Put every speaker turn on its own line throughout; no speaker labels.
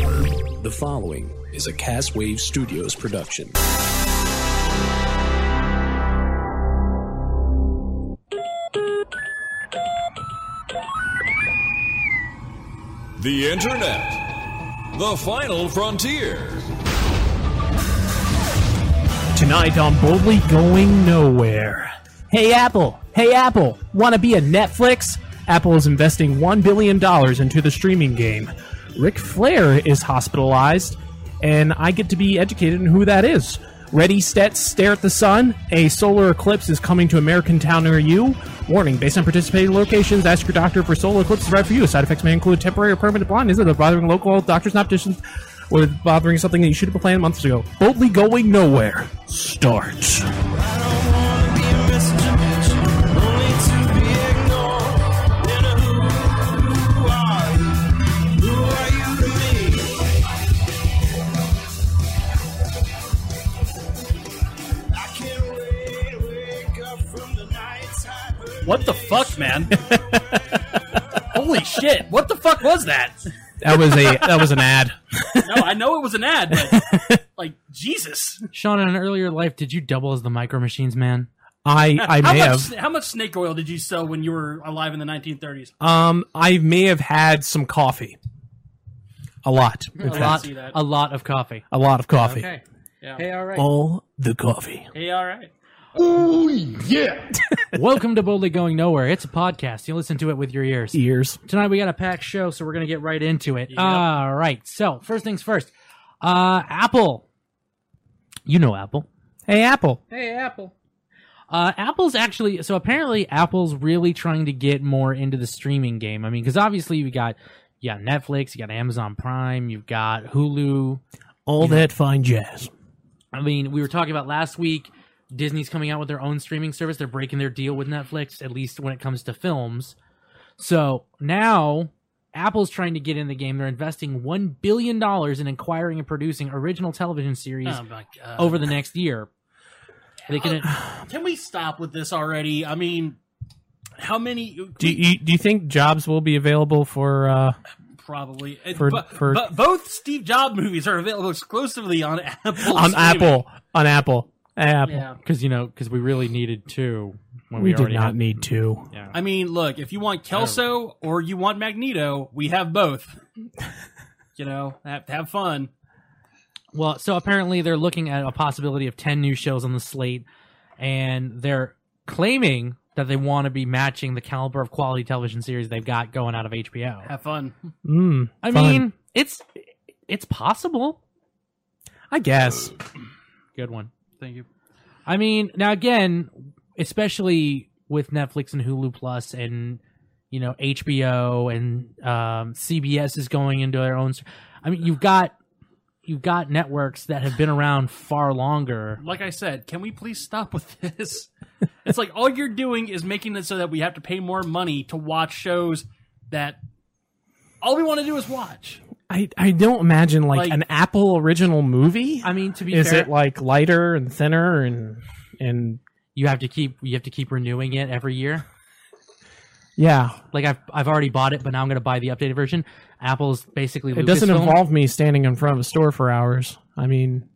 The following is a Castwave Studios production.
The Internet. The final frontier.
Tonight on Boldly Going Nowhere. Hey Apple, hey Apple, want to be a Netflix? Apple is investing $1 billion into the streaming game. Ric Flair is hospitalized, and I get to be educated in who that is. Ready, set, stare at the sun. A solar eclipse is coming to American town near you. Warning, based on participating locations, ask your doctor for solar eclipses right for you. Side effects may include temporary or permanent blindness, either bothering local doctors and opticians, or bothering something that you should have planned months ago. Boldly going nowhere. Starts.
What the fuck, man? Holy shit! What the fuck was that?
That was a that was an ad.
No, I know it was an ad, but like Jesus,
Sean, in an earlier life, did you double as the Micro Machines man?
I I
how
may
much
have
sna- how much snake oil did you sell when you were alive in the 1930s?
Um, I may have had some coffee. A lot, in
A
fact.
lot,
see that.
a lot of coffee.
a lot of coffee.
Yeah.
all right.
All the coffee.
Hey, all right.
Welcome to Boldly Going Nowhere. It's a podcast. You listen to it with your ears.
Ears.
Tonight we got a packed show, so we're gonna get right into it. All right. So first things first. Uh, Apple. You know Apple.
Hey, Apple.
Hey, Apple. Uh, Apple's actually so apparently Apple's really trying to get more into the streaming game. I mean, because obviously you got you got Netflix, you got Amazon Prime, you've got Hulu.
All that fine jazz.
I mean, we were talking about last week. Disney's coming out with their own streaming service. They're breaking their deal with Netflix, at least when it comes to films. So now Apple's trying to get in the game. They're investing one billion dollars in acquiring and producing original television series
Oh my God.
over the next year. They can.
Can we stop with this already? I mean, how many?
Do you do you think jobs will be available for? uh
probably.
For-
but,
for-
but both Steve Jobs movies are available exclusively on Apple.
On
streaming.
Apple. On Apple. Apple.
Yeah.
because you know because we really needed two when
Oh, We,
we,
did
already
not
had-
need to.
yeah.
I mean, look, if you want
Oh.
Kelso or you want Magneto, we have both. you know, have, have fun.
well so apparently they're looking at a possibility of 10 new shows on the slate and they're claiming that they want to be matching the caliber of quality television series they've got going out of hbo
Have fun.
Mm,
i
fun.
mean it's it's possible
I guess.
good one
Thank you.
i mean now again especially with netflix and hulu plus and you know hbo and um, cbs is going into their own i mean you've got you've got networks that have been around far longer
Like I said, can we please stop with this? it's like all you're doing is making it so that we have to pay more money to watch shows that all we want to do is watch.
I I don't imagine like,
Like-
an Apple original movie.
i mean to be
Is
fair
it like lighter and thinner and and
you have to keep you have to keep renewing it every year.
yeah?
Like I've I've already bought it, but now I'm going to buy the updated version. Apple's basically
It doesn't
Lucasfilm.
involve me standing in front of a store for hours. I mean,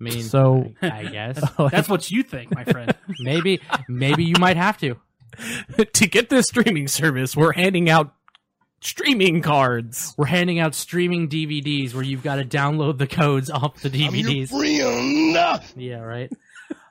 I mean,
so-
I, I guess
That's what you think, my friend.
maybe maybe you might have to.
to get this streaming service, we're handing out streaming cards.
We're handing out streaming DVDs where you've got to download the codes off the DVDs. Yeah, right.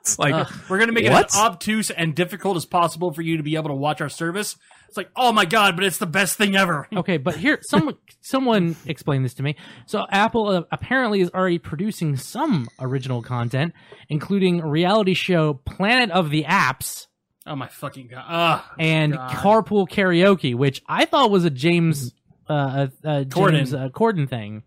It's like,
Ugh.
We're going to make it
What?
as obtuse and difficult as possible for you to be able to watch our service. It's like, oh my God, but it's the best thing ever.
Okay, but here someone someone explain this to me. So Apple uh, apparently is already producing some original content, including reality show Planet of the Apps.
Oh my fucking God. Ah.
and
God.
carpool karaoke, which I thought was a James uh, a, a
Corden.
James uh, Corden thing.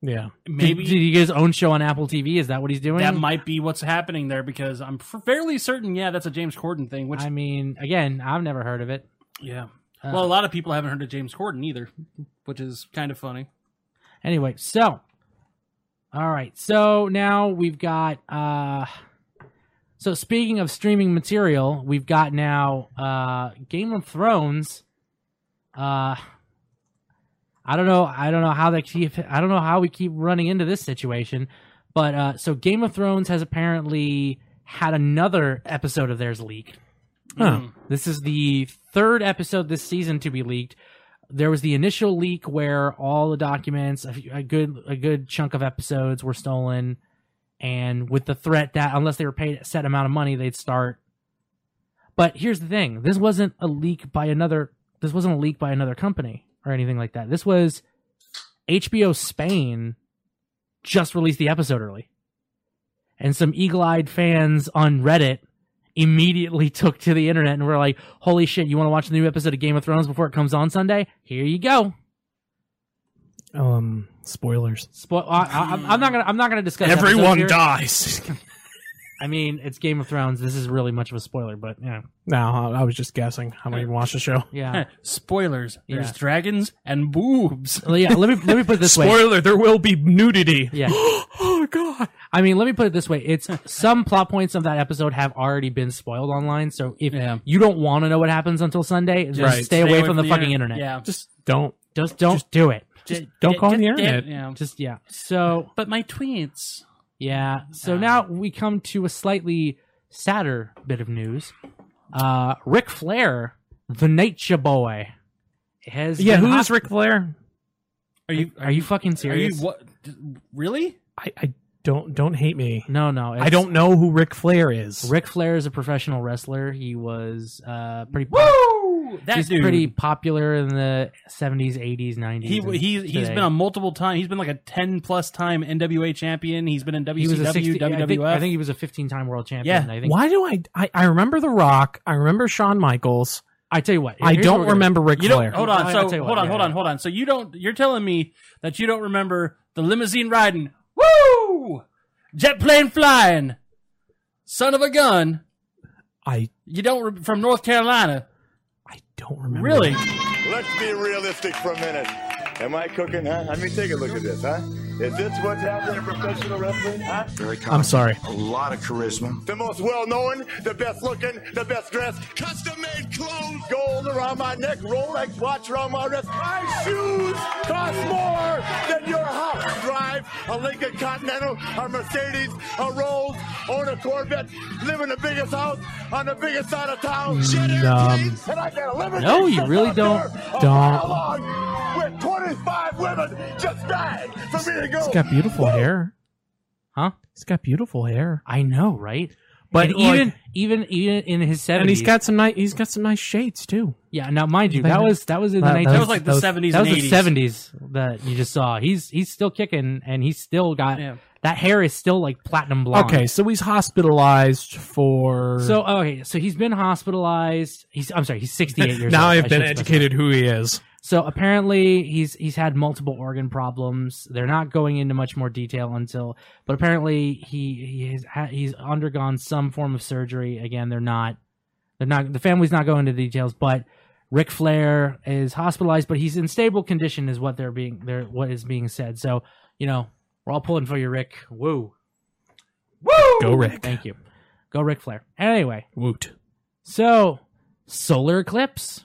yeah,
maybe.
did, did he get his own show on Apple TV? Is that what he's doing?
that might be what's happening there because I'm f- fairly certain, yeah, that's a James Corden thing. Which,
I mean, again, I've never heard of it.
yeah, well, a lot of people haven't heard of James Corden either, which is kind of funny.
Anyway, so all right, so now we've got. uh So speaking of streaming material, we've got now uh Game of Thrones. Uh I don't know. I don't know how they keep. I don't know how we keep running into this situation. But uh, so Game of Thrones has apparently had another episode of theirs leaked.
Huh.
This is the third episode this season to be leaked. There was the initial leak where all the documents, a, few- a good a good chunk of episodes, were stolen, and with the threat that unless they were paid a set amount of money, they'd start. But here's the thing: this wasn't a leak by another. This wasn't a leak by another company or anything like that. This was HBO Spain just released the episode early, and some eagle-eyed fans on Reddit immediately took to the internet and were like, "Holy shit! You want to watch the new episode of Game of Thrones before it comes on Sunday? Here you go."
Um, spoilers.
Spo- I, I, I'm- I'm not gonna. I'm not gonna discuss episodes
Everyone
here.
dies.
I mean, it's Game of Thrones. This is really much of a spoiler, but yeah,
no, I I was just guessing. I don't even watch the show.
yeah,
Eh, Spoilers. There's
Yeah.
dragons and boobs.
Well, yeah. Let me let me put it this way.
Spoiler: There will be nudity.
Yeah.
oh God.
I mean, let me put it this way: it's some plot points of that episode have already been spoiled online. So if
Yeah.
you don't want to know what happens until Sunday, just
Right.
stay, away from the, fucking internet.
Yeah.
Just don't.
Just don't do it.
Just don't go on the internet.
Yeah.
Just yeah. So
But my tweets.
Yeah. So
Um,
now we come to a slightly sadder bit of news. Uh, Ric Flair, the Nature Boy, has
Yeah.
been
Who is
hosp-
Ric Flair?
Are you
Are you fucking
are you
serious?
what d- really?
I, I don't don't hate me.
no, no.
I don't know who Ric Flair is.
Ric Flair is a professional wrestler. He was uh pretty.
Woo! That
He's
dude.
pretty popular in the seventies, eighties, nineties.
he he he's been a multiple time. He's been like a ten plus time NWA champion. He's been in WCW,
he was a 60, I, think,
WWF.
I think he was a fifteen-time world champion.
Yeah.
I think.
Why do I, I? I remember The Rock. I remember Shawn Michaels.
I tell you what.
I
here's what we're
don't
gonna do.
remember Ric
you
Flair.
don't hold
I-
on.
I'll
So
tell you what,
hold on,
yeah,
hold
yeah.
on, hold on. So you don't. You're telling me that you don't remember the limousine riding, woo, jet plane flying, son of a gun.
I
You don't re- from North Carolina,
I don't remember.
really?
Let's be realistic for a minute. Am I cooking, huh? I mean, take a look at this, huh? Is this what's happening in professional wrestling, huh?
Very calm.
I'm sorry.
A lot of charisma.
The most well-known, the best-looking, the best-dressed, custom-made clothes, gold around my neck, Rolex watch around my wrist. My shoes cost more than your house. Drive a Lincoln Continental, a Mercedes, a Rolls, own a Corvette, live in the biggest house on the biggest side of town. Jet airplanes, and I got a limousine
Mm, No, you
sitting
really
out there,
don't-
a
don't.
mile long, With 25 women just died for me to go.
He's got beautiful hair.
Huh?
He's got beautiful hair.
I know, right?
But,
And
like-
even even even in his seventies,
And he's got some nice. He's got some nice shades too.
Yeah, now mind you,
Like
that
that-
was that was in the
that- that
19-
That was like the
Those-
70s
that was
and
the
80s.
seventies that you just saw. He's he's still kicking, and he's still got
Yeah.
that hair is still like platinum blonde.
Okay, so he's hospitalized for.
so Oh, okay, so he's been hospitalized. He's I'm sorry, he's sixty eight years.
now
old.
I've
I
been
should specify.
educated who he is.
So apparently he's he's had multiple organ problems. They're not going into much more detail until, but apparently he he has ha- he's undergone some form of surgery. Again, they're not they're not the family's not going into details, but Ric Flair is hospitalized, but he's in stable condition, is what they're being they're what is being said. So you know we're all pulling for you, Rick. Woo,
Go Rick.
thank you, go Ric Flair. Anyway,
Woot.
so solar eclipse.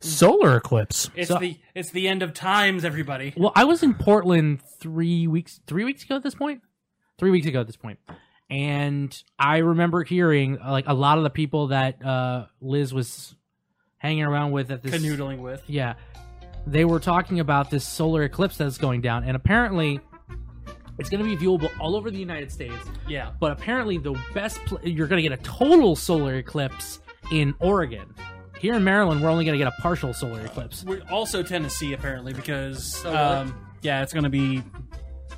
Solar eclipse.
It's
So-
the it's the end of times, everybody.
Well, I was in Portland three weeks three weeks ago at this point. Three weeks ago at this point. And I remember hearing uh, like a lot of the people that uh, Liz was hanging around with at this
Canoodling with.
yeah. They were talking about this solar eclipse that's going down, and apparently it's going to be viewable all over the United States.
Yeah.
But apparently, the best pl- you're going to get a total solar eclipse in Oregon. Here in Maryland, we're only going to get a partial solar eclipse.
We're also Tennessee apparently because
Oh,
um, yeah, it's gonna be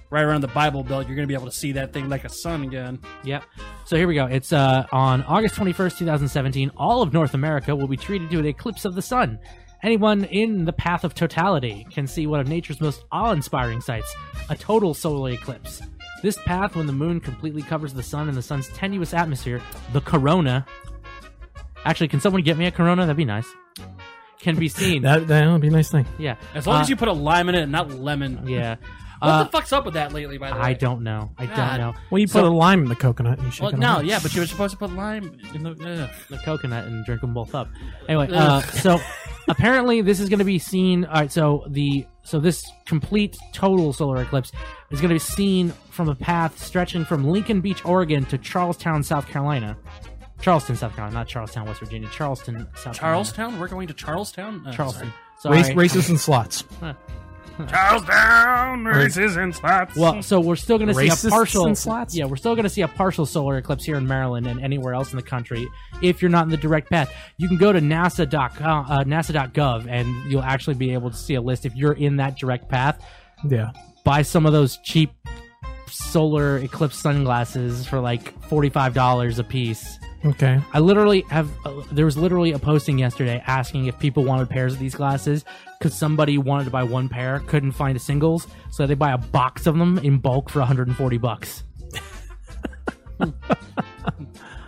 right around the Bible Belt. You're gonna be able to see that thing like a sun again.
Yep. So here we go. It's uh, on August 21st, 2017. All of North America will be treated to an eclipse of the sun. Anyone in the path of totality can see one of nature's most awe inspiring sights a total solar eclipse. This path, when the moon completely covers the sun and the sun's tenuous atmosphere, the corona. Actually, can someone get me a corona? That'd be nice. Can be seen.
That that would be a nice thing.
yeah.
As long
Uh,
as you put a lime in it and not lemon.
Yeah.
What
Uh,
the fuck's up with that lately, by the way?
I don't know. I
God.
don't know.
Well, you put a lime in the coconut and you shake
Well,
it.
no,
around.
yeah, but you were supposed to put lime in the. ugh.
the coconut and drink them both up. Anyway, uh, so apparently this is going to be seen. All right, so the So this complete total solar eclipse is going to be seen from a path stretching from Lincoln Beach, Oregon to Charlestown, South Carolina. Charleston, South Carolina, not Charlestown, West Virginia. Charleston, South Carolina.
Charlestown? We're going to Charlestown? Uh,
Charleston. Sorry.
Race, races and slots.
Charlestown races and slots.
Well, so we're still going to see
Racists
a partial.
and slots?
Yeah, we're still going to see a partial solar eclipse here in Maryland and anywhere else in the country. If you're not in the direct path, you can go to nasa.com, uh, nasa.gov, and you'll actually be able to see a list if you're in that direct path.
Yeah.
Buy some of those cheap solar eclipse sunglasses for like forty five dollars a piece.
Okay.
I literally have. Uh, there was literally a posting yesterday asking if people wanted pairs of these glasses because somebody wanted to buy one pair, couldn't find a singles, so they buy a box of them in bulk for 140 bucks.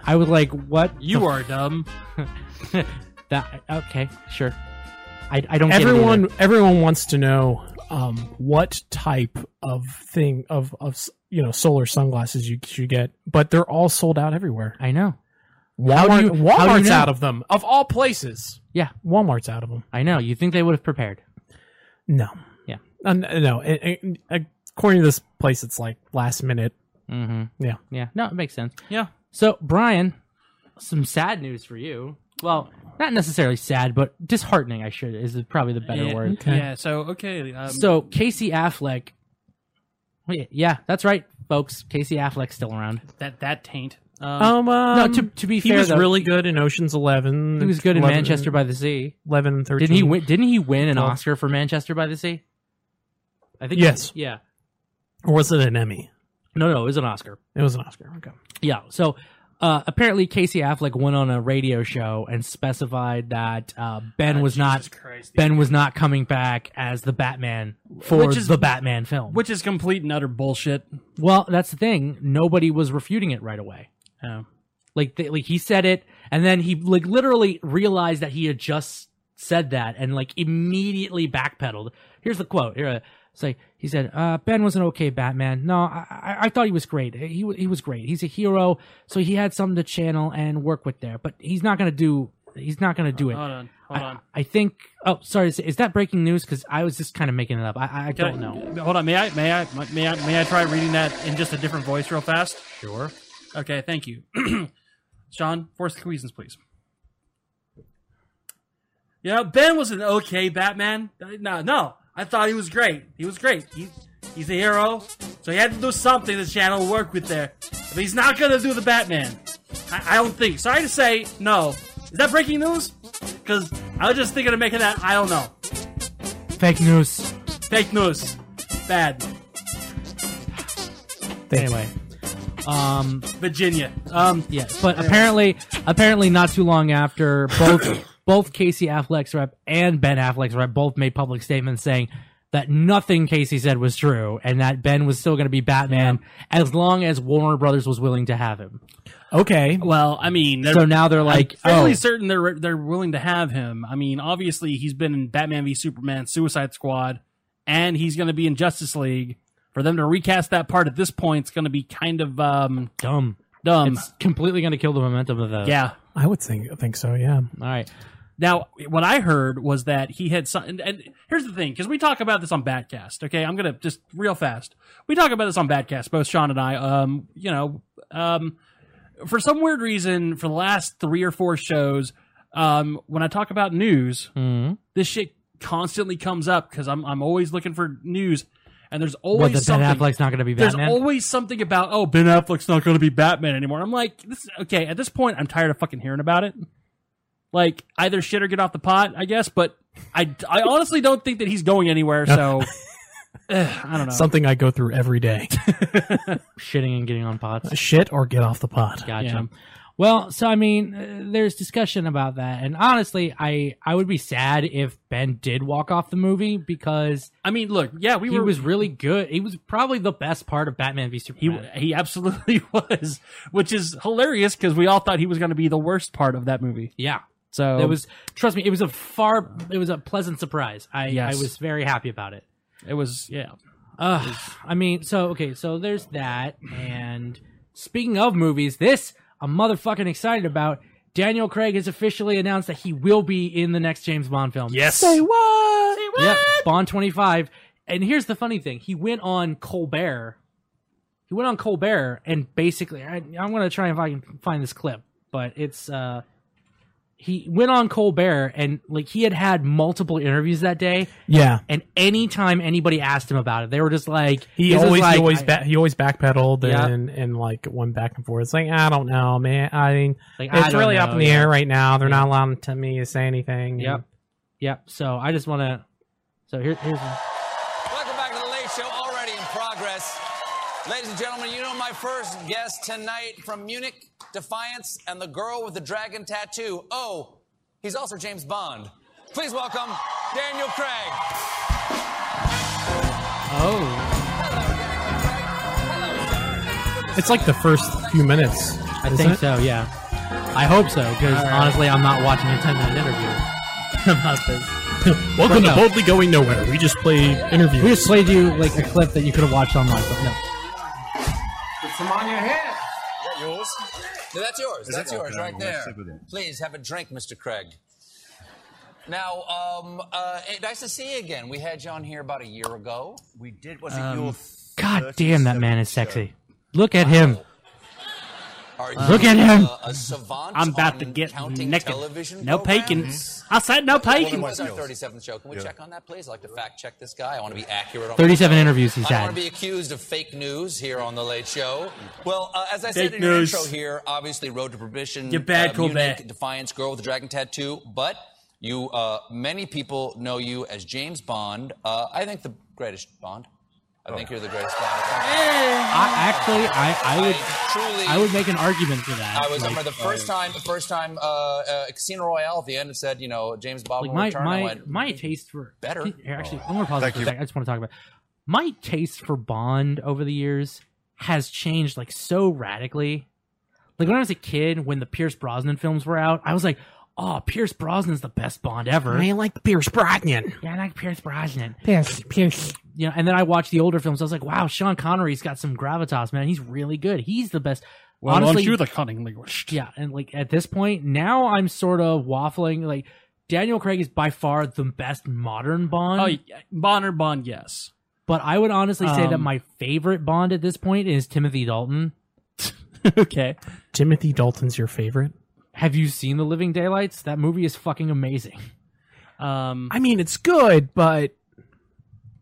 I was like, "What?
you are dumb.
That okay? Sure. I, I don't. get it either.
everyone everyone wants to know um, what type of thing of of you know solar sunglasses you should get, but they're all sold out everywhere.
I know.
Walmart,
How do you-
Walmart's
how do you know?
out of them of all places.
Yeah,
Walmart's out of them.
I know. You think they would have prepared?
No,
Yeah.
Uh, no. And- and according to this place, it's like last minute. Mm-hmm. Yeah,
Yeah. No, it makes sense.
Yeah.
So, Brian, some sad news for you. Well, not necessarily sad, but disheartening. I should is probably the better
Yeah,
word.
Yeah, so, okay. Um,
So Casey Affleck. Wait, yeah, that's right, folks. Casey Affleck's still around.
that, that taint. Um,
Oh.
Um,
No,
um,
to, to be
he
fair,
was
though,
really good in Ocean's Eleven.
he was good in
11
Manchester by the Sea.
Eleven and thirteen.
Didn't he win? Didn't he win an
Well-
Oscar for Manchester by the Sea? I think
Yes.
Yeah.
Or was it an Emmy?
No, no, it was an Oscar.
It was an Oscar. Okay.
Yeah. So uh, apparently, Casey Affleck went on a radio show and specified that uh, Ben was not
Ah, Christ.
Ben was not coming back as the Batman for
Which is-
the Batman film.
Which is complete and utter bullshit.
well, that's the thing. Nobody was refuting it right away.
Oh.
Like, th- like he said it, and then he like literally realized that he had just said that, and like immediately backpedaled. Here's the quote. Here, uh, it's like he said, uh, "Ben was an okay Batman. No, I, I, I thought he was great. He wa- he was great. He's a hero, so he had something to channel and work with there. But he's not gonna do. He's not gonna do it.
Hold on. Hold
I,
on.
I think. Oh, sorry. Is, is that breaking news? Because I was just kind of making it up. I- I, I
Can
don't know.
Hold on. May I? May I? May I? May I try reading that in just a different voice, real fast? Sure. Okay. Thank you, Sean. Force the cohesions, please. You know, Ben was an okay Batman. Uh, No, no. I thought he was great. He was great. He, he's a hero, so he had to do something to channel work with there. But he's not gonna do the Batman. I, I don't think. Sorry to say, no. Is that breaking news? Because I was just thinking of making that. I don't know.
Fake news.
Fake news. Bad.
Anyway. Um.
Virginia. Um,
Yeah, but apparently, apparently, not too long after both both Casey Affleck's rep and Ben Affleck's rep both made public statements saying that nothing Casey said was true, and that Ben was still going to be Batman as long as Warner Brothers was willing to have him.
Okay.
well, I mean, they're,
So now they're like,
I'm fairly
oh.
certain they're they're willing to have him. I mean, obviously he's been in Batman v Superman, Suicide Squad, and he's going to be in Justice League. For them to recast that part at this point, it's going to be kind of um,
Dumb.
dumb.
It's completely going to kill the momentum of the.
yeah.
I would think I think so. Yeah.
All right.
Now, what I heard was that he had some. And, and here's the thing, because we talk about this on Batcast. Okay, I'm gonna just real fast. We talk about this on Batcast, both Sean and I. Um, you know, um, for some weird reason, for the last three or four shows, um, when I talk about news, this shit constantly comes up because I'm I'm always looking for news, and there's
What
always
the Ben
something.
Affleck's not going to be
there's
Batman?
always something about oh Ben Affleck's not going to be Batman anymore. I'm like, this okay. At this point, I'm tired of fucking hearing about it like either shit or get off the pot, I guess. But I, I honestly don't think that he's going anywhere. So Ugh, I don't
Oh.
know.
Something I go through every day.
Shitting and getting on pots.
Shit or get off the pot.
Gotcha.
Yeah.
Well, so I mean, uh, there's discussion about that, and honestly, I I would be sad if Ben did walk off the movie because
I mean, look, yeah, we
he
were.
was really good. He was probably the best part of Batman v
he,
Superman.
he absolutely was, which is hilarious because we all thought he was going to be the worst part of that movie.
yeah,
So
it was. Trust me, it was a far. It was a pleasant surprise. I
Yes.
I was very happy about it.
it was yeah.
Uh, I mean, so okay, so there's that. And speaking of movies, this I'm motherfucking excited about. Daniel Craig has officially announced that he will be in the next James Bond film.
Say what?
Yep, Bond 25. And here's the funny thing. He went on Colbert. He went on Colbert and basically I, I'm going to try if I can find this clip, but it's uh he went on Colbert and like he had had multiple interviews that day
Yeah.
and anytime anybody asked him about it, they were just like
He
this is
always,
like-
he always,
I-
ba- he always backpedaled
Yeah.
and, and like went back and forth. It's like, I don't know, man. I mean,
Like, I
it's
don't
really up
know,
in the
yeah.
air right now. They're not allowing to me to say anything.
Yep. Yep. So I just want to. So here, here's.
Welcome back to the Late Show, already in progress. Ladies and gentlemen, you know my first guest tonight from Munich, Defiance, and the girl with the dragon tattoo. Oh, he's also James Bond. Please welcome Daniel Craig.
Oh,
It's like the first few minutes.
I think so. Yeah. I hope so because honestly, I'm not watching a 10 minute interview.
Welcome to
But no.
Boldly Going Nowhere. We just played interviews.
We just played you like a clip that you could have watched online, but no.
No, that's yours. that's yours right there. Please have a drink, Mr. Craig. Now, um, uh, hey, nice to see you again. We had you on here about a year ago.
We did. Was it
Um,
your?
God damn, that man is sexy. Look at him.
Are
Look
you,
at him.
uh, a savant
I'm about to
on
get
counting
naked.
television
No
programs?
peeking. I said no
When
peeking.
was our 37th show? Can we check on that, please? I'd like to fact check this guy. I want to be accurate. On
37
my show.
interviews he's
I don't
had.
want to be accused of fake news here on The Late Show. Well, uh, as I said
Fake
in your
news.
intro here, obviously Road to Perdition,
You're bad,
uh,
cool
Munich,
bad.
Defiance, Girl with the Dragon Tattoo, but you, uh, many people know you as James Bond. Uh, I think the greatest Bond. I think you're the greatest Bond.
I, actually, I, I would
truly...
I would make an argument for that.
I was I
like,
remember the first time, the first time uh, uh, Casino Royale at the end it said, you know, James Bond
like
will
my
return. I
my
went,
my taste for
Better.
Here, actually, I'm gonna pause
Thank
for a
you.
second. I just want to talk about my taste for Bond over the years has changed like so radically. Like when I was a kid, when the Pierce Brosnan films were out, I was like, "Oh, Pierce Brosnan's the best Bond ever."
I like Pierce Brosnan.
Yeah, I like Pierce Brosnan.
Pierce, Pierce.
You know, and then I watched the older films. I was like, "Wow, Sean Connery's got some gravitas, man. He's really good. He's the best."
Well,
Honestly,
aren't you the cunning linguist?
yeah, and like at this point now, I'm sort of waffling. Like Daniel Craig is by far the best modern Bond.
Oh, yeah. Bond or Bond? Yes.
But I would honestly say that
Um,
my favorite Bond at this point is Timothy Dalton.
okay.
Timothy Dalton's your favorite?
Have you seen The Living Daylights? That movie is fucking amazing.
Um,
I mean, it's good, but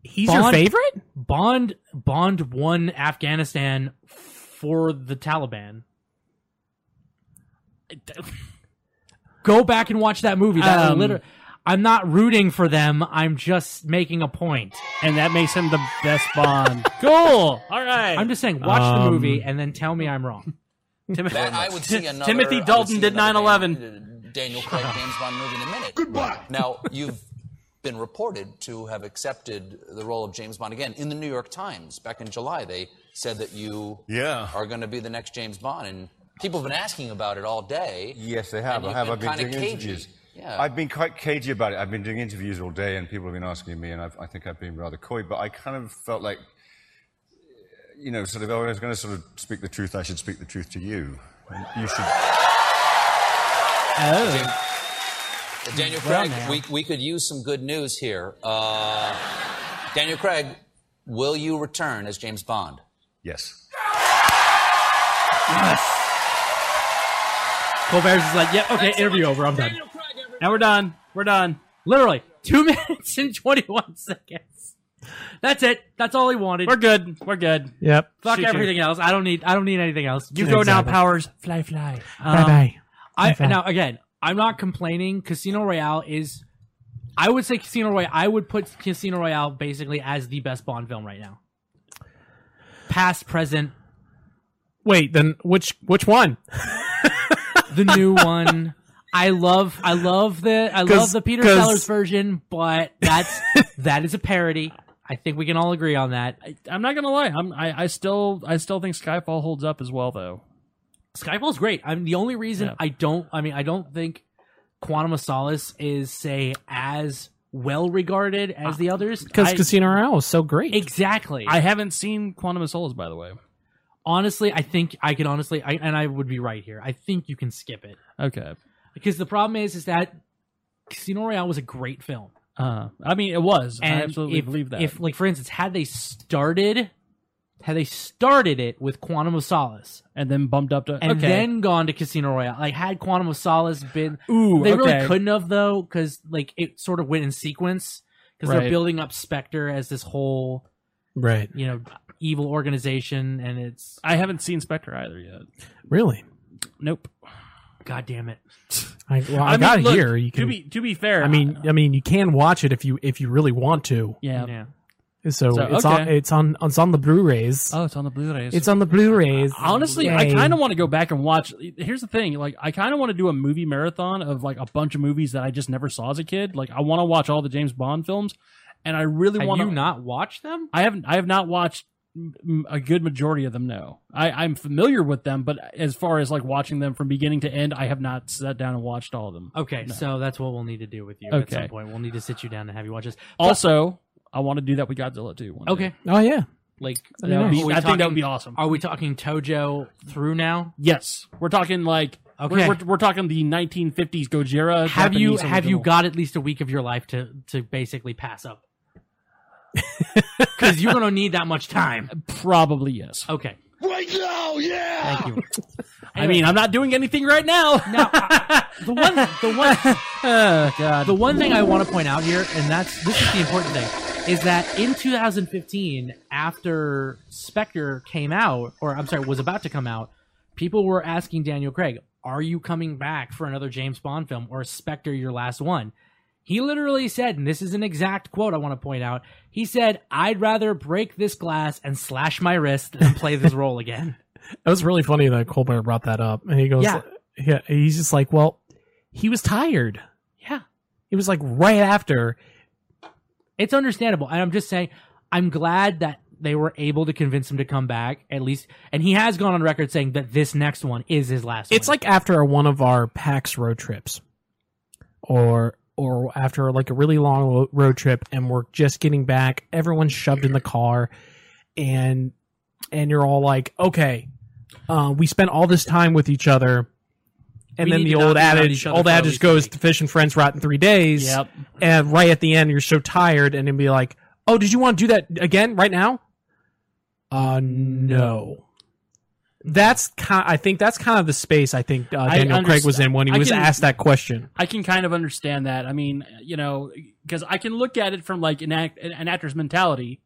he's your
Bond-
favorite?
Bond Bond won Afghanistan for the Taliban. Go back and watch that movie. That
Um,
liter- I'm not rooting for them. I'm just making a point.
and that makes him the best Bond. cool. All right.
I'm just saying, watch the
Um,
movie and then tell me I'm wrong.
Timothy.
That I would see another. I
Timothy
would
Dalton
see
did
another
9/11.
Dan- Daniel Craig James Bond movie in a minute. Goodbye. Now you've been reported to have accepted the role of James Bond again in the New York Times back in July. They said that you
Yeah.
are going to be the next James Bond, and people have been asking about it all day.
Yes, they have.
And
I
you've
have.
been
I've been
kinda
doing
cagey.
interviews.
Yeah.
I've been quite cagey about it. I've been doing interviews all day, and people have been asking me, and I've, I think I've been rather coy. But I kind of felt like, you know, sort of, oh, I was going to sort of speak the truth. I should speak the truth to you. And you should.
Daniel Craig, we, we could use some good news here. Uh, Daniel Craig, will you return as James Bond?
Yes.
Colbert's is like, yeah, okay, interview over. I'm done.
now we're done. We're done.
Literally, two minutes and 21 seconds. That's it. That's all he wanted.
We're good. We're good.
Yep.
Fuck
Shoot you.
everything else. I don't need. I don't need anything else.
You go now,
Exactly.
Powers. Fly, fly.
Uh-huh.
Um,
Bye-bye.
I
Okay.
now again. I'm not complaining. Casino Royale is. I would say Casino Royale. I would put Casino Royale basically as the best Bond film right now. Past, present,
Wait, then which which one?
the new one. I love. I love the. I
'Cause-
love the Peter
'cause-
Sellers version, but that's that is a parody. I think we can all agree on that.
I'm not gonna lie. I'm, I I still I still think Skyfall holds up as well though.
Skyfall's great. I'm the only reason I don't. I mean, I don't think Quantum of Solace is say as well regarded as the others.
Because
I-
Casino Royale is so great.
exactly.
I haven't seen Quantum of Solace by the way.
honestly, I think I could honestly, I, and I would be right here. I think you can skip it
Okay.
because the problem is, is that Casino Royale was a great film.
Uh, I mean, it was. I absolutely
if,
believe that.
If, like, for instance, had they started, had they started it with Quantum of Solace
and then bumped up to
and
okay.
then gone to Casino Royale, like, had Quantum of Solace been,
Ooh, okay.
they really couldn't have though, because like it sort of went in sequence because
Right.
they're building up Spectre as this whole,
Right.
you know, evil organization, and it's
I haven't seen Spectre either yet.
Really?
Nope.
God damn it.
I, well, I, got
mean, look,
here. You can.
to be to be fair.
I mean, I mean, you can watch it if you if you really want to.
yeah.
Yeah.
So,
So,
it's on
okay.
it's on it's on the Blu-rays.
Oh, it's on the Blu-rays.
it's on the Blu-rays.
Honestly, I kind of want to go back and watch. Here's the thing: like, I kind of want to do a movie marathon of like a bunch of movies that I just never saw as a kid. Like, I want to watch all the James Bond films, and I really
Have
want
you
to.
not watched them?
I haven't. I have not watched m- m- a good majority of them. No, I, I'm familiar with them, but as far as like watching them from beginning to end, I have not sat down and watched all of them.
Okay, so that's what we'll need to do with you at
Okay.
some point. We'll need to sit you down and have you watch this.
Also, I want to do that with Godzilla too. one day.
Okay,
Oh yeah.
like
That would be-
are we
I think that would
talking-
be awesome.
Are we talking Tojo through now?
Yes, we're talking like
Okay.
we're, we're, we're talking the 1950s Gojira.
Have you
Japanese
have you
original.
got at least a week of your life to to basically pass up? Because you're gonna need that much time.
Probably yes.
Okay,
Right now, yeah!
thank you.
I mean, I'm not doing anything right now.
Now, I- the one the one
oh, God.
the one thing I want to point out here, and that's this is the important thing, is that in 2015, after Spectre came out, or I'm sorry, was about to come out, people were asking Daniel Craig, "Are you coming back for another James Bond film, or is Spectre your last one?" He literally said, and this is an exact quote I want to point out. He said, "I'd rather break this glass and slash my wrist than play this role again."
That was really funny that Colbert brought that up, and he goes,
Yeah.
yeah. He's just like, well, he was tired.
Yeah,
It was like right after.
It's understandable. And I'm just saying, I'm glad that they were able to convince him to come back, at least. And he has gone on record saying that this next one is his last
It's
one.
like after one of our PAX road trips, or or after like a really long lo- road trip, and we're just getting back. Everyone's shoved in the car, and and you're all like, okay, uh, we spent all this time with each other, and
We
then
need
the
to not
old
be around
adage,
each other
old
for at
adage
least a
goes,
week.
"To fish and friends rot in three days."
Yep.
And right at the end, you're so tired, and then be like, oh, did you want to do that again right now? Uh, no. That's kind. I think that's kind of the space I think uh,
I
Daniel Craig was in when he
I
was
can-
asked that question.
I can kind of understand that. I mean, you know, because I can look at it from like an, act, an actor's mentality.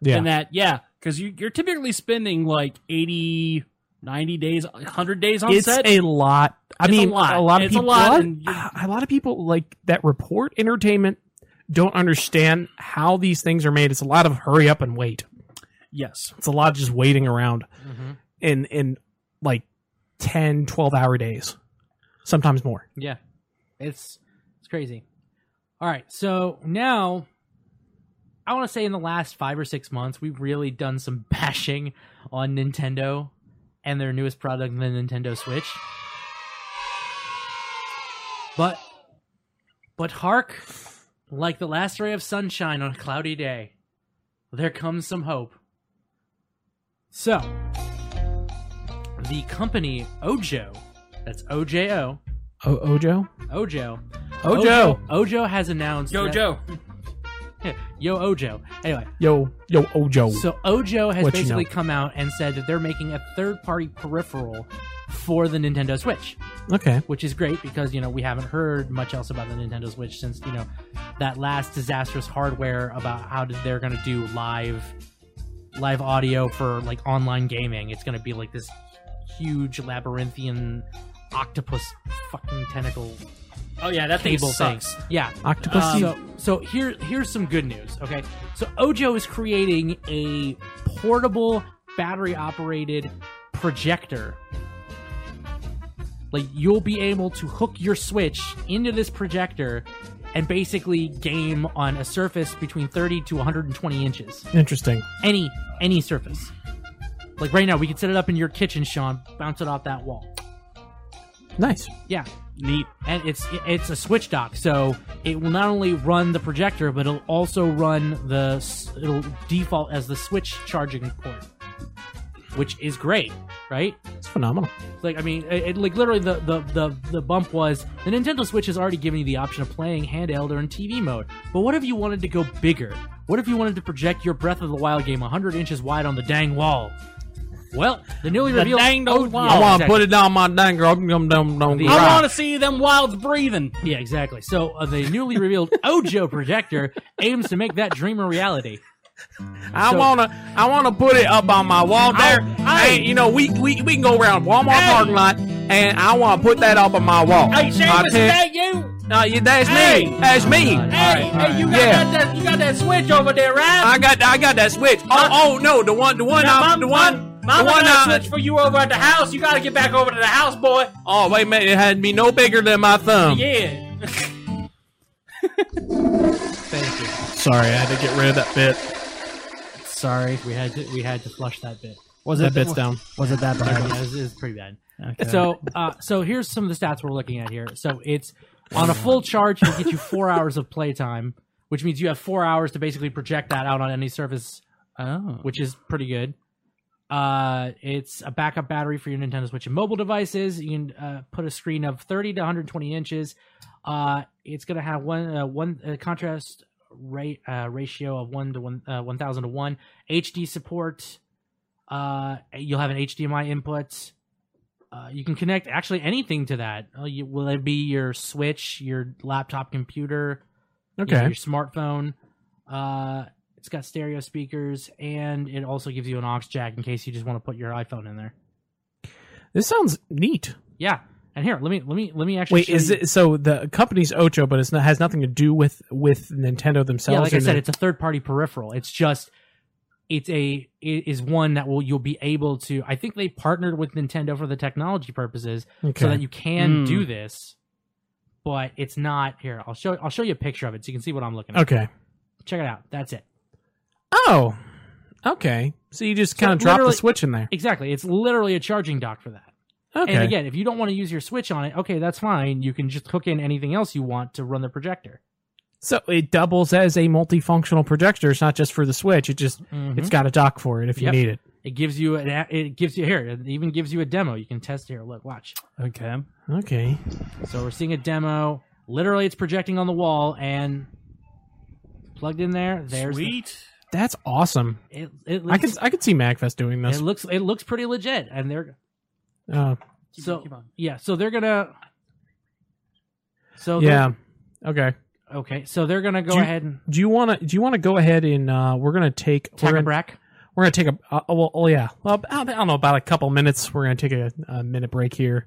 Yeah,
And that, yeah, because you, you're typically spending like 80, 90 days, 100 days on
it's
set.
a lot. I
It's a
mean,
lot.
of
It's a
people.
lot,
a lot,
and you-
a lot of people like that report entertainment don't understand how these things are made. It's a lot of hurry up and wait.
yes.
It's a lot of just waiting around in in like 10, 12 hour days, sometimes more.
yeah. It's, it's crazy. All right. So now, I want to say in the last five or six months, we've really done some bashing on Nintendo and their newest product, the Nintendo Switch. But, but hark, like the last ray of sunshine on a cloudy day, there comes some hope. So, the company Ojo, that's OJO,
O- Ojo.
Ojo,
Ojo.
Ojo has announced
Yo,
that-
Joe.
Yo Ojo. Anyway,
Yo, yo, Ojo.
so Ojo has
What you
basically
know.
come out and said that they're making a third-party peripheral for the Nintendo Switch,
okay.
which is great because you know we haven't heard much else about the Nintendo Switch since you know that last disastrous hardware about how did- they're going to do live live audio for like online gaming. It's going to be like this huge labyrinthian octopus fucking tentacle
Oh, yeah, that thing
cable
sucks.
thing. Yeah.
Octopus.
So, so here, here's some good news. Okay, so Ojo is creating a portable, battery-operated projector. Like you'll be able to hook your Switch into this projector and basically game on a surface between 30 to 120 inches.
Interesting.
Any any surface. Like right now, we could set it up in your kitchen, Sean. Bounce it off that wall.
Nice.
Yeah. Neat. And it's it's a switch dock, so it will not only run the projector, but it'll also run the s- it'll default as the switch charging port. which is great, right?
It's phenomenal.
Like I mean, it, it- like literally the, the the the bump was the Nintendo Switch has already given you the option of playing handheld or in TV mode. But what if you wanted to go bigger? What if you wanted to project your Breath of the Wild game 100 inches wide on the dang wall? Well, the newly revealed
dang old
yeah,
wall. I wanna
exactly.
it down my dang girl. Dum, dum, dum,
The-
dum.
I want to see them wilds breathing.
Yeah, exactly. So uh, the newly revealed Ojo projector aims to make that dream a reality.
I
So-
wanna, I wanna put it up on my wall there. I, you know, we, we we can go around Walmart
Hey.
parking lot, and I wanna put that up on my wall.
Hey,
I
Seamus, is
tell-
that you?
No, you- that's
Hey.
me. That's me.
Hey, hey, you
Yeah.
got that, that you got that switch over there, right?
I got, I got that switch. Oh, oh no, the one, the one,
Now,
I,
Mom-
the one,
Mom-
the
Mama
one.
got
I-
a switch for you over at the house. You gotta get back over to the house, boy.
Oh wait a minute, it had to be no bigger than my thumb.
Yeah.
Thank you.
Sorry, I had to get rid of that bit.
Sorry, we had to we had to flush that bit.
Was that bit's down?
Was it that
Yeah, it was, it was pretty bad. So, uh, so here's some of the stats we're looking at here. So it's on a full charge, it'll get you four hours of playtime, which means you have four hours to basically project that out on any surface,
Oh.
which is pretty good. Uh, it's a backup battery for your Nintendo Switch and mobile devices. You can uh, put a screen of 30 to 120 inches. Uh, it's gonna have one uh, one uh, contrast rate uh, ratio of one to one uh, 1,000 to one. HD support. Uh, you'll have an HDMI input. Uh, you can connect actually anything to that. Uh, you, will it be your Switch, your laptop computer, you know,
Okay.
your smartphone? Uh, it's got stereo speakers, and it also gives you an aux jack in case you just want to put your iPhone in there.
This sounds neat.
Yeah, and here let me let me let me actually.
Wait,
show
is
you-
it so the company's Ocho, but it's not, has nothing to do with with Nintendo themselves?
Yeah, like
or
I said,
no-
it's a third party peripheral. It's just it's a it is one that will you'll be able to. I think they partnered with Nintendo for the technology purposes
Okay.
so that you can
Mm.
do this. But it's not here. I'll show I'll show you a picture of it so you can see what I'm looking at.
okay.
Check it out. That's it.
Oh, okay. So you just kind of drop the
literally-
switch in there.
Exactly. It's literally a charging dock for that.
Okay.
And again, if you don't want to use your Switch on it, okay, that's fine. You can just hook in anything else you want to run the projector.
so it doubles as a multifunctional projector. It's not just for the Switch. It just it's got a dock for it if
Yep.
you need it.
It gives you an a- it gives you here. It even gives you a demo. You can test here. Look, watch.
Okay.
Okay.
So we're seeing a demo. Literally, it's projecting on the wall and plugged in there. There's the-
Sweet.
That's awesome.
it, it
I
looks,
could I could see Magfest doing
it
this.
looks it looks pretty legit. And they're
Uh,
so
keep on.
yeah. So they're gonna. So
yeah. Okay.
they're- Okay. So they're gonna go
Do you-
ahead and
Do you want to do you want to go ahead and uh, we're gonna take we're gonna,
Tachybrack.
we're gonna take a uh, well, oh yeah well I don't I don't know about a couple minutes we're gonna take a, a minute break here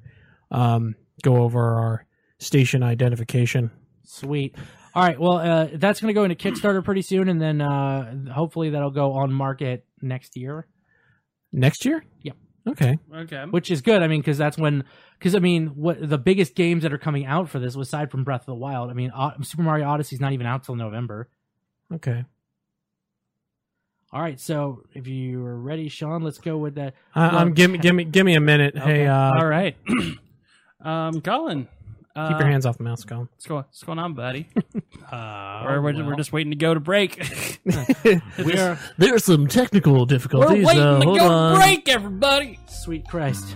um go over our station identification
Sweet. All right. Well, uh, that's gonna go into Kickstarter pretty soon, and then uh, hopefully that'll go on market next year.
next year
Yep.
okay
Okay.
which is good. I mean, because that's when, because I mean, what the biggest games that are coming out for this, aside from Breath of the Wild, I mean, O- Super Mario Odyssey's not even out till November.
okay
All right, so if you are ready, Sean, let's go with that.
I, I'm
Well,
give me give me give me a minute hey uh
All right. um, Colin. Uh,
keep your hands off the mouse Colin
What's going, what's going on, buddy? uh, we're, we're, we're just waiting to go to break.
We are
there's some technical
we're
difficulties
waiting to go to break, everybody.
sweet Christ.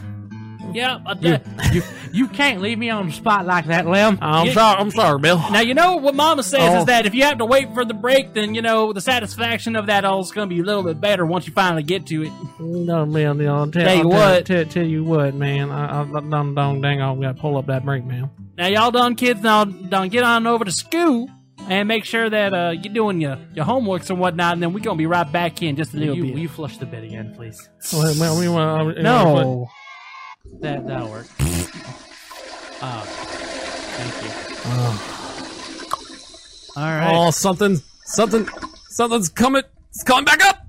Yeah. I-
You you can't leave me on the spot like that, Lem.
I'm sorry I'm sorry Bill
Now you know what Mama says
Oh.
is that if you have to wait for the break, then you know the satisfaction of that all is going to be a little bit better once you finally get to it.
no man no, I'll tell,
Tell you
I'll
what.
tell, tell you what man I, I, I done done dang I'm gonna pull up that break man
Now y'all done kids, now done get on over to school and make sure that uh, you're doing your your homeworks and whatnot, and then we're gonna be right back in just a
Will
little
you,
bit.
will you flush the bit again, please?
Well, well, uh, we want-
no.
That that'll work. Oh,
Uh,
thank you.
All right.
Oh, something, something, something's coming. It's coming back up.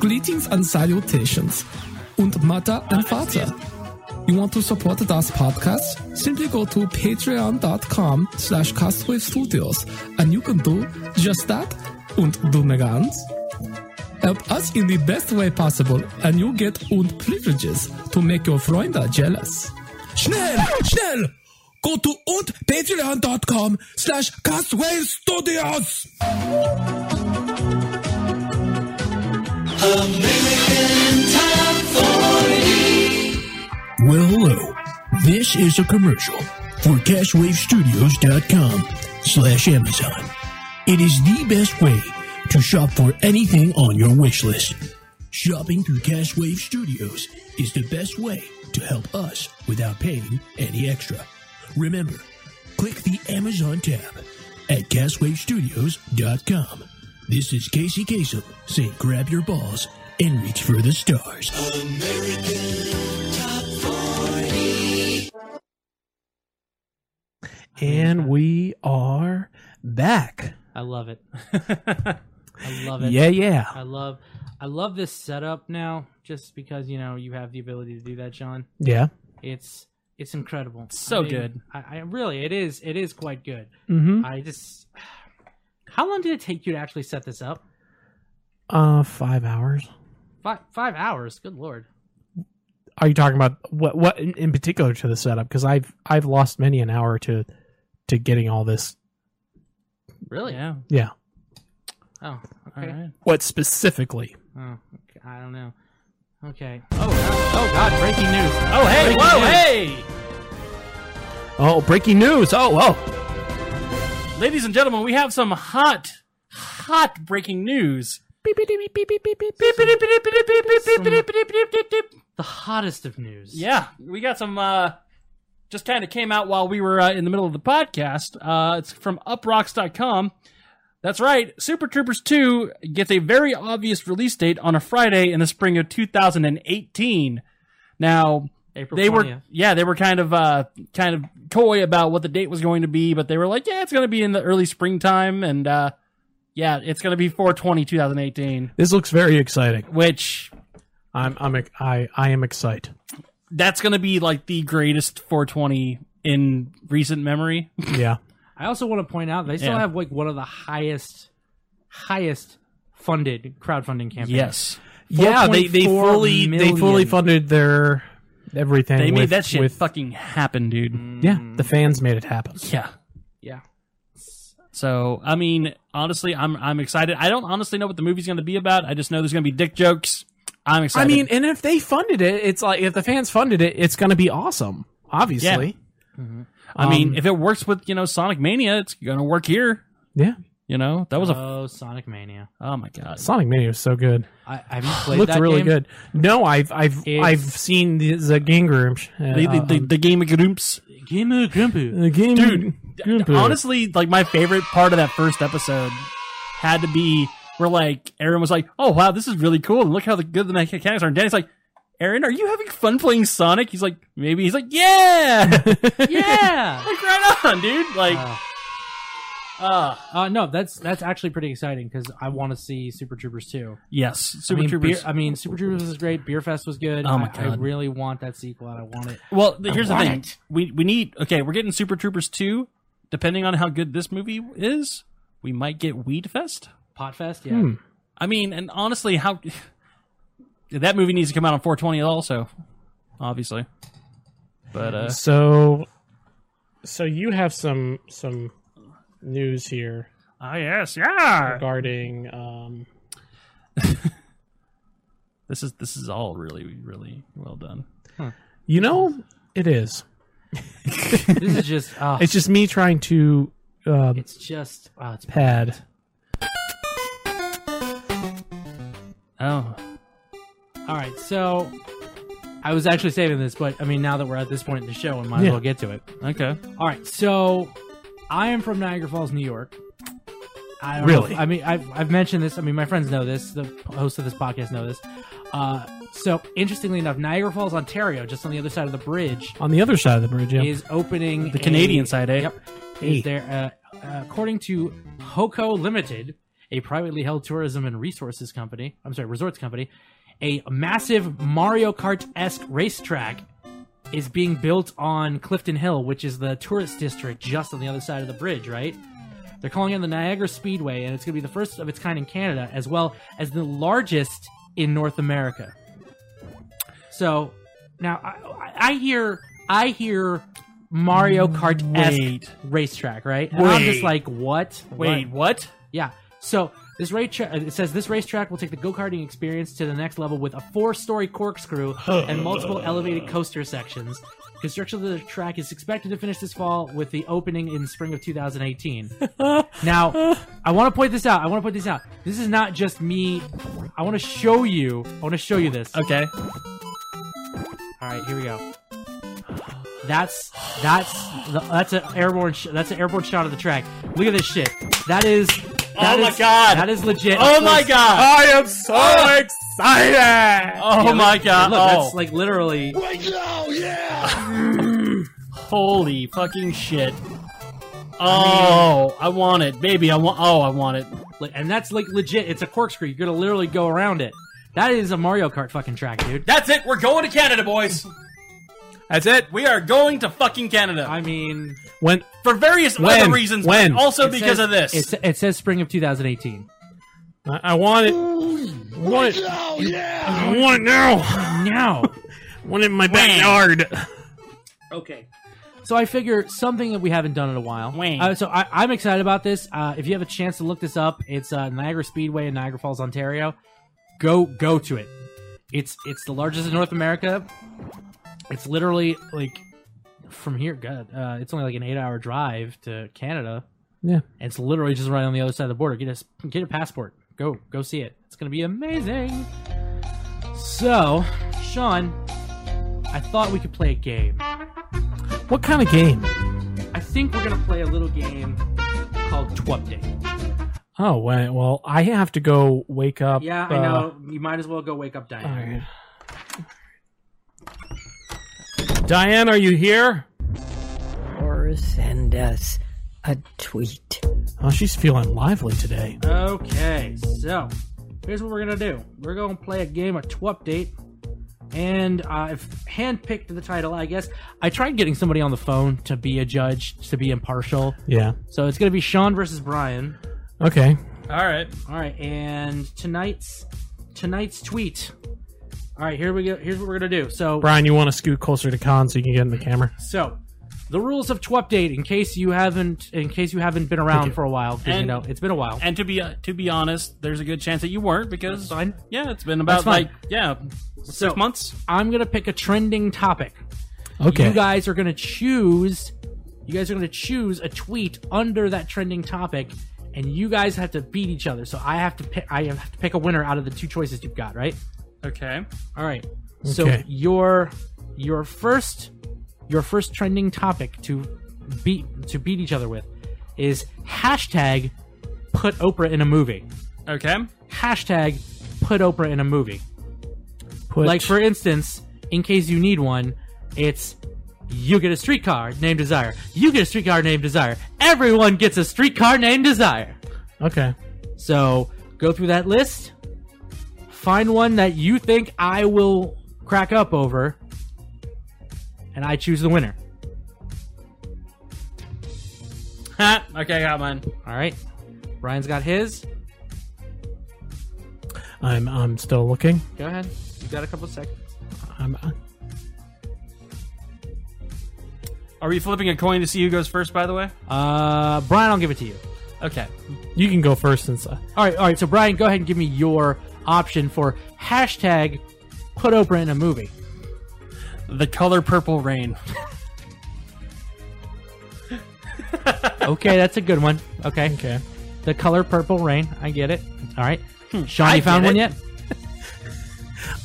Greetings and salutations, und Mutter and Vater. You want to support this podcast? Simply go to patreon.com slash Castaway Studios and you can do just that und do mehr ganz. Help us in the best way possible and you get und privileges to make your Freunde jealous. Schnell, schnell! Go to und patreon.com slash Castaway Studios! Well, hello. This is a commercial for CashWaveStudios.com slash Amazon. It is the best way to shop for anything on your wish list. Shopping through CashWave Studios is the best way to help us without paying any extra. Remember, click the Amazon tab at CashWaveStudios.com. This is Casey Kasem saying grab your balls and reach for the stars.
And we are back.
Oh.
I love it. I love it.
Yeah, yeah.
I love I love this setup now just because you know you have the ability to do that, Sean.
Yeah.
It's it's incredible.
So
I mean,
good.
I, I really it is it is quite good.
Mm-hmm.
I just how long did it take you to actually set this up?
Uh, five hours.
Five five hours. Good lord.
Are you talking about what what in, in particular to the setup? Because I've I've lost many an hour to to getting all this.
Really?
Yeah.
Yeah.
Oh,
All
okay.
right.
What specifically?
Oh, okay. I don't know. Okay. Oh, God. oh God! Breaking news.
Oh, hey,
Breaking
whoa,
news.
hey!
Oh, breaking news! Oh, oh,
Ladies and gentlemen, we have some hot, hot breaking news.
The hottest of news.
Yeah, we got some. Uh, just kind of came out while we were uh, in the middle of the podcast. Uh, it's from uprocks.com. That's right. Super Troopers 2 gets a very obvious release date on a Friday in the spring of 2018. Now,
April
they were
20th.
yeah, they were kind of uh kind of coy about what the date was going to be, but they were like, yeah, it's going to be in the early springtime and uh yeah, it's going to be 420 2018,
this looks very exciting.
which
I'm I'm ex- I I am excited.
that's going to be like the greatest 420 in recent memory.
Yeah.
I also want to point out they still
Yeah.
have like one of the highest, highest funded crowdfunding campaigns.
Yes.
Yeah, they they
4.4
fully they fully
million.
funded their everything.
They
with-
made that shit
with-
fucking happen, dude.
yeah, the fans made it happen.
Mm. Yeah.
Yeah.
So, I mean, honestly, I'm I'm excited. I don't honestly know what the movie's going to be about. I just know there's going to be dick jokes. I'm
I
excited.
mean, and if they funded it, it's like if the fans funded it, it's going to be awesome. Obviously,
I mean,
um,
if it works with, you know, Sonic Mania, it's going to work here,
yeah.
you know. That was a
Oh, Sonic Mania!
Oh my god.
Sonic Mania was so good.
I, have you played
Looked
that
really
game?
good. No, I've I've
It's-
I've seen the, the game room. sh- Uh,
The, the, the, the game of grumps.
Game of Grumpu.
the game,
Dude,
game room.
Honestly, like my favorite part of that first episode had to be where like Aaron was like, "Oh wow, this is really cool, and look how the good the mechanics are." And Danny's like, "Aaron, are you having fun playing Sonic?" He's like, "Maybe." He's like, "Yeah,
Yeah.
like right on, dude." Like,
Uh.
uh,
uh, no, that's that's actually pretty exciting because I want to see Super Troopers too.
yes, Super
I mean,
Troopers.
Beer- I mean, Super Troopers was great. Beer Fest was good.
Oh my
I- I,
God.
really want that sequel. and I want it.
well, th- here's the thing: we we need okay, we're getting Super Troopers two. Depending on how good this movie is, we might get Weed Fest.
Potfest. Yeah.
Hmm. I mean, and honestly, how that movie needs to come out on 420 also, obviously. But uh,
so so you have some some news here
ah yes, yeah.
regarding um,
This is this is all really really well done.
you know it is
This is just. Oh,
it's just me trying to um,
it's just. Oh, it's
pad
Oh,
All right, so I was actually saving this, but I mean, now that we're at this point in the show, we might
Yeah.
as well get to it.
okay.
All right, so I am from Niagara Falls, New York. I don't
Really?
know- I mean, I've, I've mentioned this. I mean, my friends know this. The hosts of this podcast know this. Uh, so, interestingly enough, Niagara Falls, Ontario, just on the other side of the bridge,
on the other side of the bridge. Yeah.
is opening
The Canadian side, eh?
Yep.
Hey.
Is there, uh, uh, according to Hoco Limited, a privately held tourism and resources company, I'm sorry, resorts company, a massive Mario Kart esque racetrack is being built on Clifton Hill, which is the tourist district just on the other side of the bridge, right? They're calling it the Niagara Speedway, and it's going to be the first of its kind in Canada, as well as the largest in North America. So now I, I- I hear, I hear Mario Kart esque
Wait.
racetrack, right? And I'm
Wait.
just like, what?
Wait,
What?
what?
Yeah. So This racetrack, it says this racetrack will take the go karting experience to the next level with a four story corkscrew and multiple elevated coaster sections. Construction of the track is expected to finish this fall with the opening in spring of 2018. now, I want to point this out. I want to point this out. This is not just me. I want to show you. I want to show you this.
Okay.
All right, here we go. That's that's the, that's an airborne sh- that's an airborne shot of the track. Look at this shit. That is. that
Oh my
is-
God.
That is legit.
Oh my
That's-
god! Ah!
I am so excited!
Oh
yeah,
my
look-
god!
Look,
oh,
that's like literally.
holy fucking shit! Oh, I want it, baby. I want. Oh, I want it.
Like, and that's like legit. It's a corkscrew. You're gonna literally go around it. That is a Mario Kart fucking track, dude.
That's it. We're going to Canada, boys.
That's it.
We are going to fucking Canada
I mean,
When
for various
When?
other reasons,
When?
but also
it
because
says-
of this.
it, sa- it says spring of 2018.
I, I want it, I want it, I want it now.
Now,
want it in my backyard.
okay. So I figure something that we haven't done in a while.
Wang.
Uh, so I, I'm excited about this. Uh, if you have a chance to look this up, it's uh, Niagara Speedway in Niagara Falls, Ontario. Go go to it. It's it's the largest in North America. It's literally like from here. God, uh, it's only like an eight-hour drive to Canada.
Yeah.
And it's literally just right on the other side of the border. Get a get a passport. Go go see it. It's gonna be amazing. So, Sean, I thought we could play a game.
What kind of game?
I think we're gonna play a little game called Twupdate.
Oh, well, well, I have to go wake up.
Yeah,
uh,
I know. You might as well go wake up Diana.
alright. uh, Diane, are you here?
or send us a tweet.
Oh, she's feeling lively today.
Okay, so here's what we're gonna do. We're gonna play a game of Twupdate, and I've handpicked the title. I guess I tried getting somebody on the phone to be a judge, to be impartial.
Yeah.
So it's gonna be Sean versus Brian.
Okay.
All right.
All right, and tonight's tonight's tweet. All right, here we go. Here's what we're gonna do. So
Brian, you want to scoot closer to Con so you can get in the camera?
So, the rules of Twupdate, in case you haven't, in case you haven't been around for a while, 'cause, you
And-
know it's been a while.
And to be uh, to be honest, there's a good chance that you weren't because
fine.
yeah, it's been about
That's fine.
like yeah six
So-
months.
I'm gonna pick a trending topic.
Okay.
You guys are gonna choose. You guys are gonna choose a tweet under that trending topic, and you guys have to beat each other. So I have to pick. I have to pick a winner out of the two choices you've got. Right.
Okay.
All right. So
Okay.
your your first your first trending topic to beat to beat each other with is hashtag put Oprah in a movie.
Okay.
hashtag put Oprah in a movie.
Put,
Like for instance, in case you need one, it's you get a streetcar named Desire. You get a streetcar named Desire. Everyone gets a streetcar named Desire.
okay.
So go through that list, find one that you think I will crack up over, and I choose the winner.
Ha, okay, I got mine.
All right. Brian's got his.
I'm I'm still looking.
Go ahead. You got a couple seconds.
I'm, uh,
Are we flipping a coin to see who goes first? By the way.
Uh, Brian, I'll give it to you.
Okay.
you can go first since uh,
All right, all right. So Brian, go ahead and give me your option for hashtag put Oprah in a movie.
The color purple rain.
Okay, that's a good one. Okay,
okay.
the color purple rain. I get it. All right, Sean, you found
Hmm, get it.
one yet?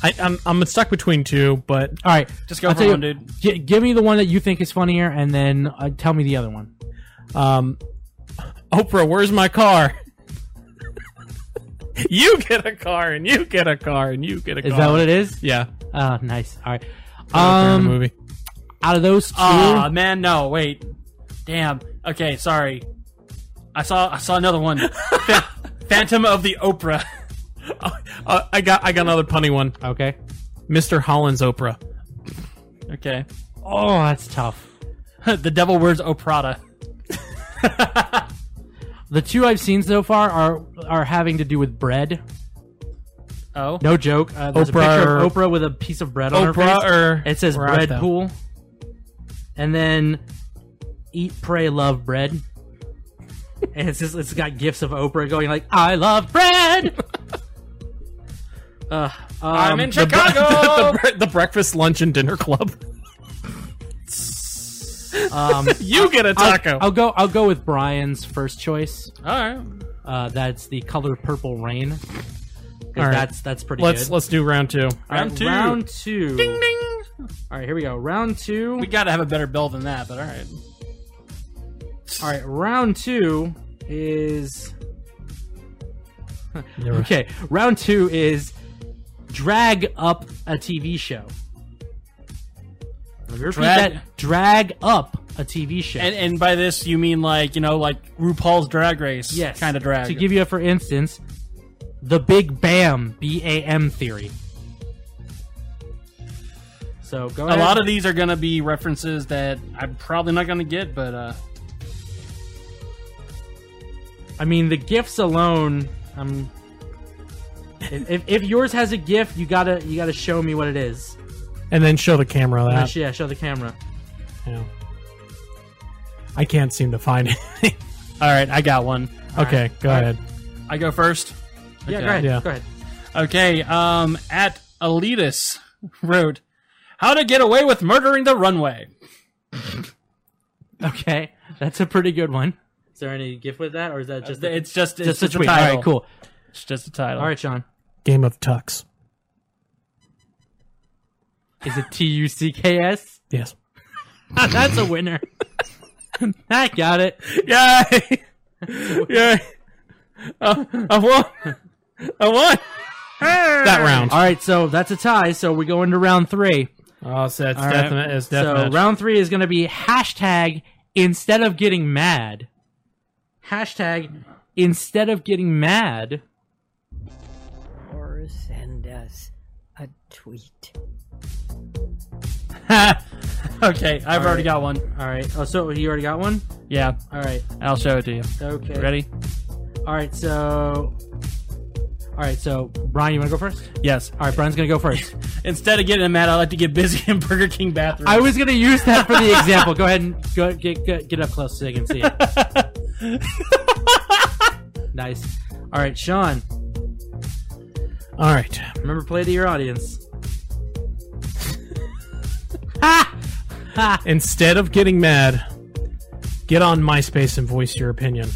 I, I'm I'm stuck between two, but
All right,
Just go
I'll
for
tell you-
one, dude.
gi- give me the one that you think is funnier, and then uh, tell me the other one.
um, Oprah, where's my car? you get a car, and you get a car, and you get a
Is
car.
that what it is?
Yeah.
Ah,
Oh, nice. All right.
Oprah in a
Um,
movie.
out of those two,
Ah, man, no, wait. Damn. Okay, sorry. I saw I saw another one. Phan- Phantom of the Oprah.
Uh, I got I got another punny one.
okay.
Mr. Holland's Oprah.
Okay.
Oh, that's tough.
the devil wears Oprada.
The two I've seen so far are are having to do with bread.
Oh.
No joke. Uh, there's
Oprah-
a picture of Oprah with a piece of bread on her face.
Oprah or
It says
We're out,
bread
though.
pool. And then eat, pray, love bread. and it's just it's got gifs of Oprah going like, "I love bread." uh, I'm in
Chicago. Um, The, bre- the breakfast, lunch, and dinner club.
um,
You get a taco.
I'll go. I'll go with Brian's first choice.
All right,
Uh, that's the color purple rain. 'Cause
right.
That's that's pretty
let's
good.
let's do round two.
All right,
round two.
Round two. Ding ding. All right, here we go. Round two.
We got to have a better bell than that, but all right.
All right, round two is. okay, round two is drag up a TV show. Let me repeat
Drag-
that. Drag up a TV show.
And and by this you mean like you know like RuPaul's Drag Race,
yes,
kind of drag.
To give you, a, for instance, the Big Bam B A M theory. So go
a
ahead.
lot of these are gonna be references that I'm probably not gonna get, but uh,
I mean, the gifts alone. Um, if, if- if yours has a gift, you gotta you gotta show me what it is.
And then show the camera
Yeah,
that.
sh- yeah show the camera.
Yeah. I can't seem to find it.
all right, I got one.
okay, go ahead.
I go first.
Yeah, go ahead.
Yeah.
Go ahead.
Okay, um, at Elitis wrote, "How to get away with murdering the runway."
Okay, that's a pretty good one. Is there any gift with that, or is that just a,
It's just it's
just a tweet?
title.
All right, cool.
It's just a title.
All right, Sean.
Game of Tucks.
Is it T U C K S?
Yes.
That's a winner. I got it.
Yeah. yeah. I won. I won. that round.
All right, so that's a tie. So we go into round three.
Oh, so it's
All right.
definite. It's definite.
So round three is going to be hashtag instead of getting mad. Hashtag instead of getting mad.
Or send us a tweet.
okay, I've already got one.
All right. Oh, so you already got one.
Yeah,
All right.
I'll show it to you.
Okay.
Ready?
All right. So. All right. So Brian, you want to go first?
Yes.
All right. Brian's going to go first.
Instead of getting mad, I like to get busy in Burger King bathrooms.
I was going to use that for the example. Go ahead and go get get, get up close so they can see it. nice. All right, Sean.
All right.
Remember, play to your audience. ha!
Instead of getting mad, get on MySpace and voice your opinion.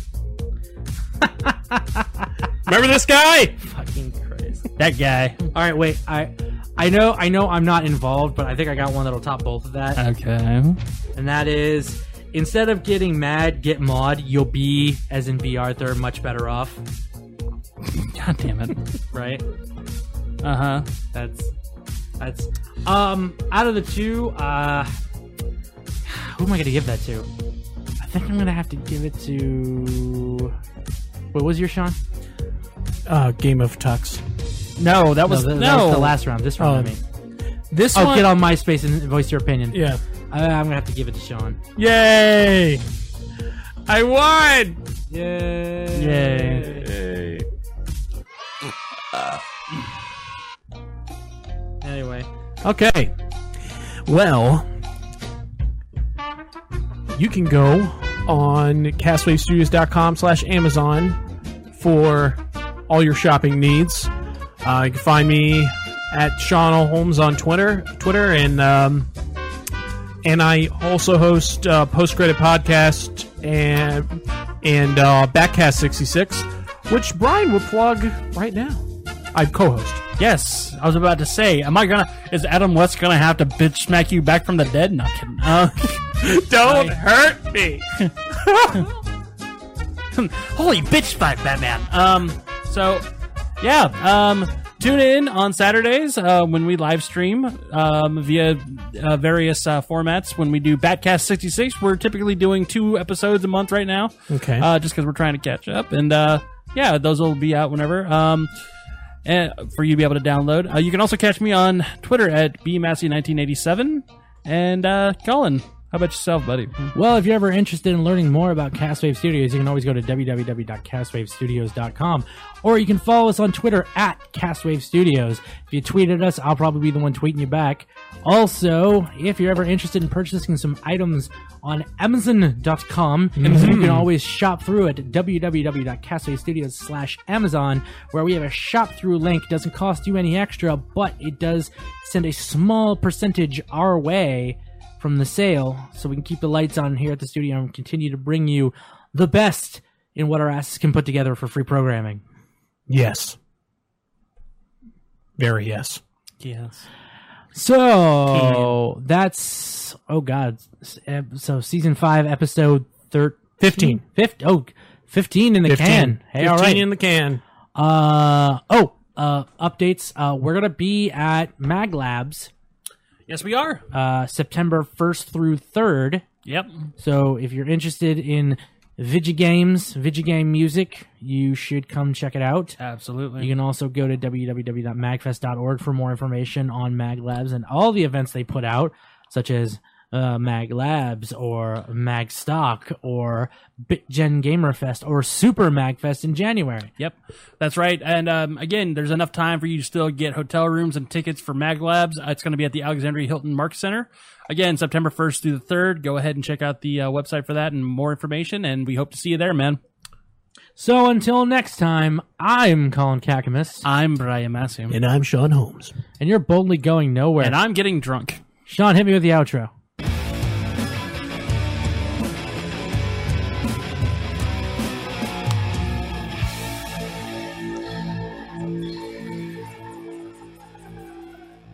Remember this guy?
Fucking Christ.
That guy.
All right, wait. I, I know, I know, I'm not involved, but I think I got one that'll top both of that,
okay.
and that is instead of getting mad, get mod. You'll be, as in B. Arthur, much better off.
God damn it.
Right?
Uh huh.
Uh-huh. That's, that's. Um, out of the two, uh, who am I gonna give that to? I think I'm gonna have to give it to. What was your Sean?
Uh, Game of Tucks.
No, that was
No,
no.
that, that was the last round. This round,
Oh,
I mean.
This
Oh,
one.
get on MySpace and voice your opinion.
Yeah.
I, I'm gonna have to give it to Sean.
Yay! I won!
Yay!
Yay.
Anyway,
Okay. Well, you can go on castwavestudios.com slash Amazon for all your shopping needs. Uh, you can find me at Sean O. Holmes on Twitter, Twitter, and um, and I also host uh, Post Credit Podcast and and uh, Backcast sixty six, which Brian will plug right now. I co-host.
Yes, I was about to say, am I gonna? Is Adam West gonna have to bitch smack you back from the dead? Not kidding. Uh,
Don't hurt me.
holy bitch fight, Batman. Um, so yeah, um, tune in on Saturdays uh, when we live stream um, via uh, various uh, formats. When we do Batcast sixty six, we're typically doing two episodes a month right now.
Okay.
uh, just because we're trying to catch up. And uh, yeah, those will be out whenever um, and for you to be able to download. Uh, you can also catch me on Twitter at bmassey1987 and uh, Colin.
How about yourself, buddy?
Well, if you're ever interested in learning more about Castwave Studios, you can always go to www.castwavestudios.com or you can follow us on Twitter at Castwave Studios. If you tweet at us, I'll probably be the one tweeting you back. Also, if you're ever interested in purchasing some items on Amazon.com, you can always shop through at www.castwavestudios slash Amazon, where we have a shop through link. Doesn't cost you any extra, but it does send a small percentage our way from the sale so we can keep the lights on here at the studio and continue to bring you the best in what our asses can put together for free programming.
Yes. Very yes.
Yes.
So that's oh god. S- ep- So season 5 episode 13
Fifteen.
Fif- oh 15 in the can. Hey, all right.
in the can.
uh oh, uh updates. Uh we're going to be at Mag Labs
Yes, we are.
uh September 1st through 3rd.
Yep.
So if you're interested in Vigi games, Vigi game music, you should come check it out.
Absolutely.
You can also go to www.magfest.org for more information on Mag Labs and all the events they put out, such as uh, Mag Labs or Mag Stock or BitGen Gamer Fest or Super Mag Fest in January.
Yep, that's right. And um, again, there's enough time for you to still get hotel rooms and tickets for Mag Labs. Uh, It's going to be at the Alexandria Hilton Mark Center. Again, September 1st through the 3rd. Go ahead and check out the uh, website for that and more information. And we hope to see you there, man.
So until next time, I'm Colin Kakamas,
I'm Brian Massey,
And I'm Sean Holmes.
and you're boldly going nowhere.
and I'm getting drunk.
Sean, hit me with the outro.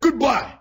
Goodbye.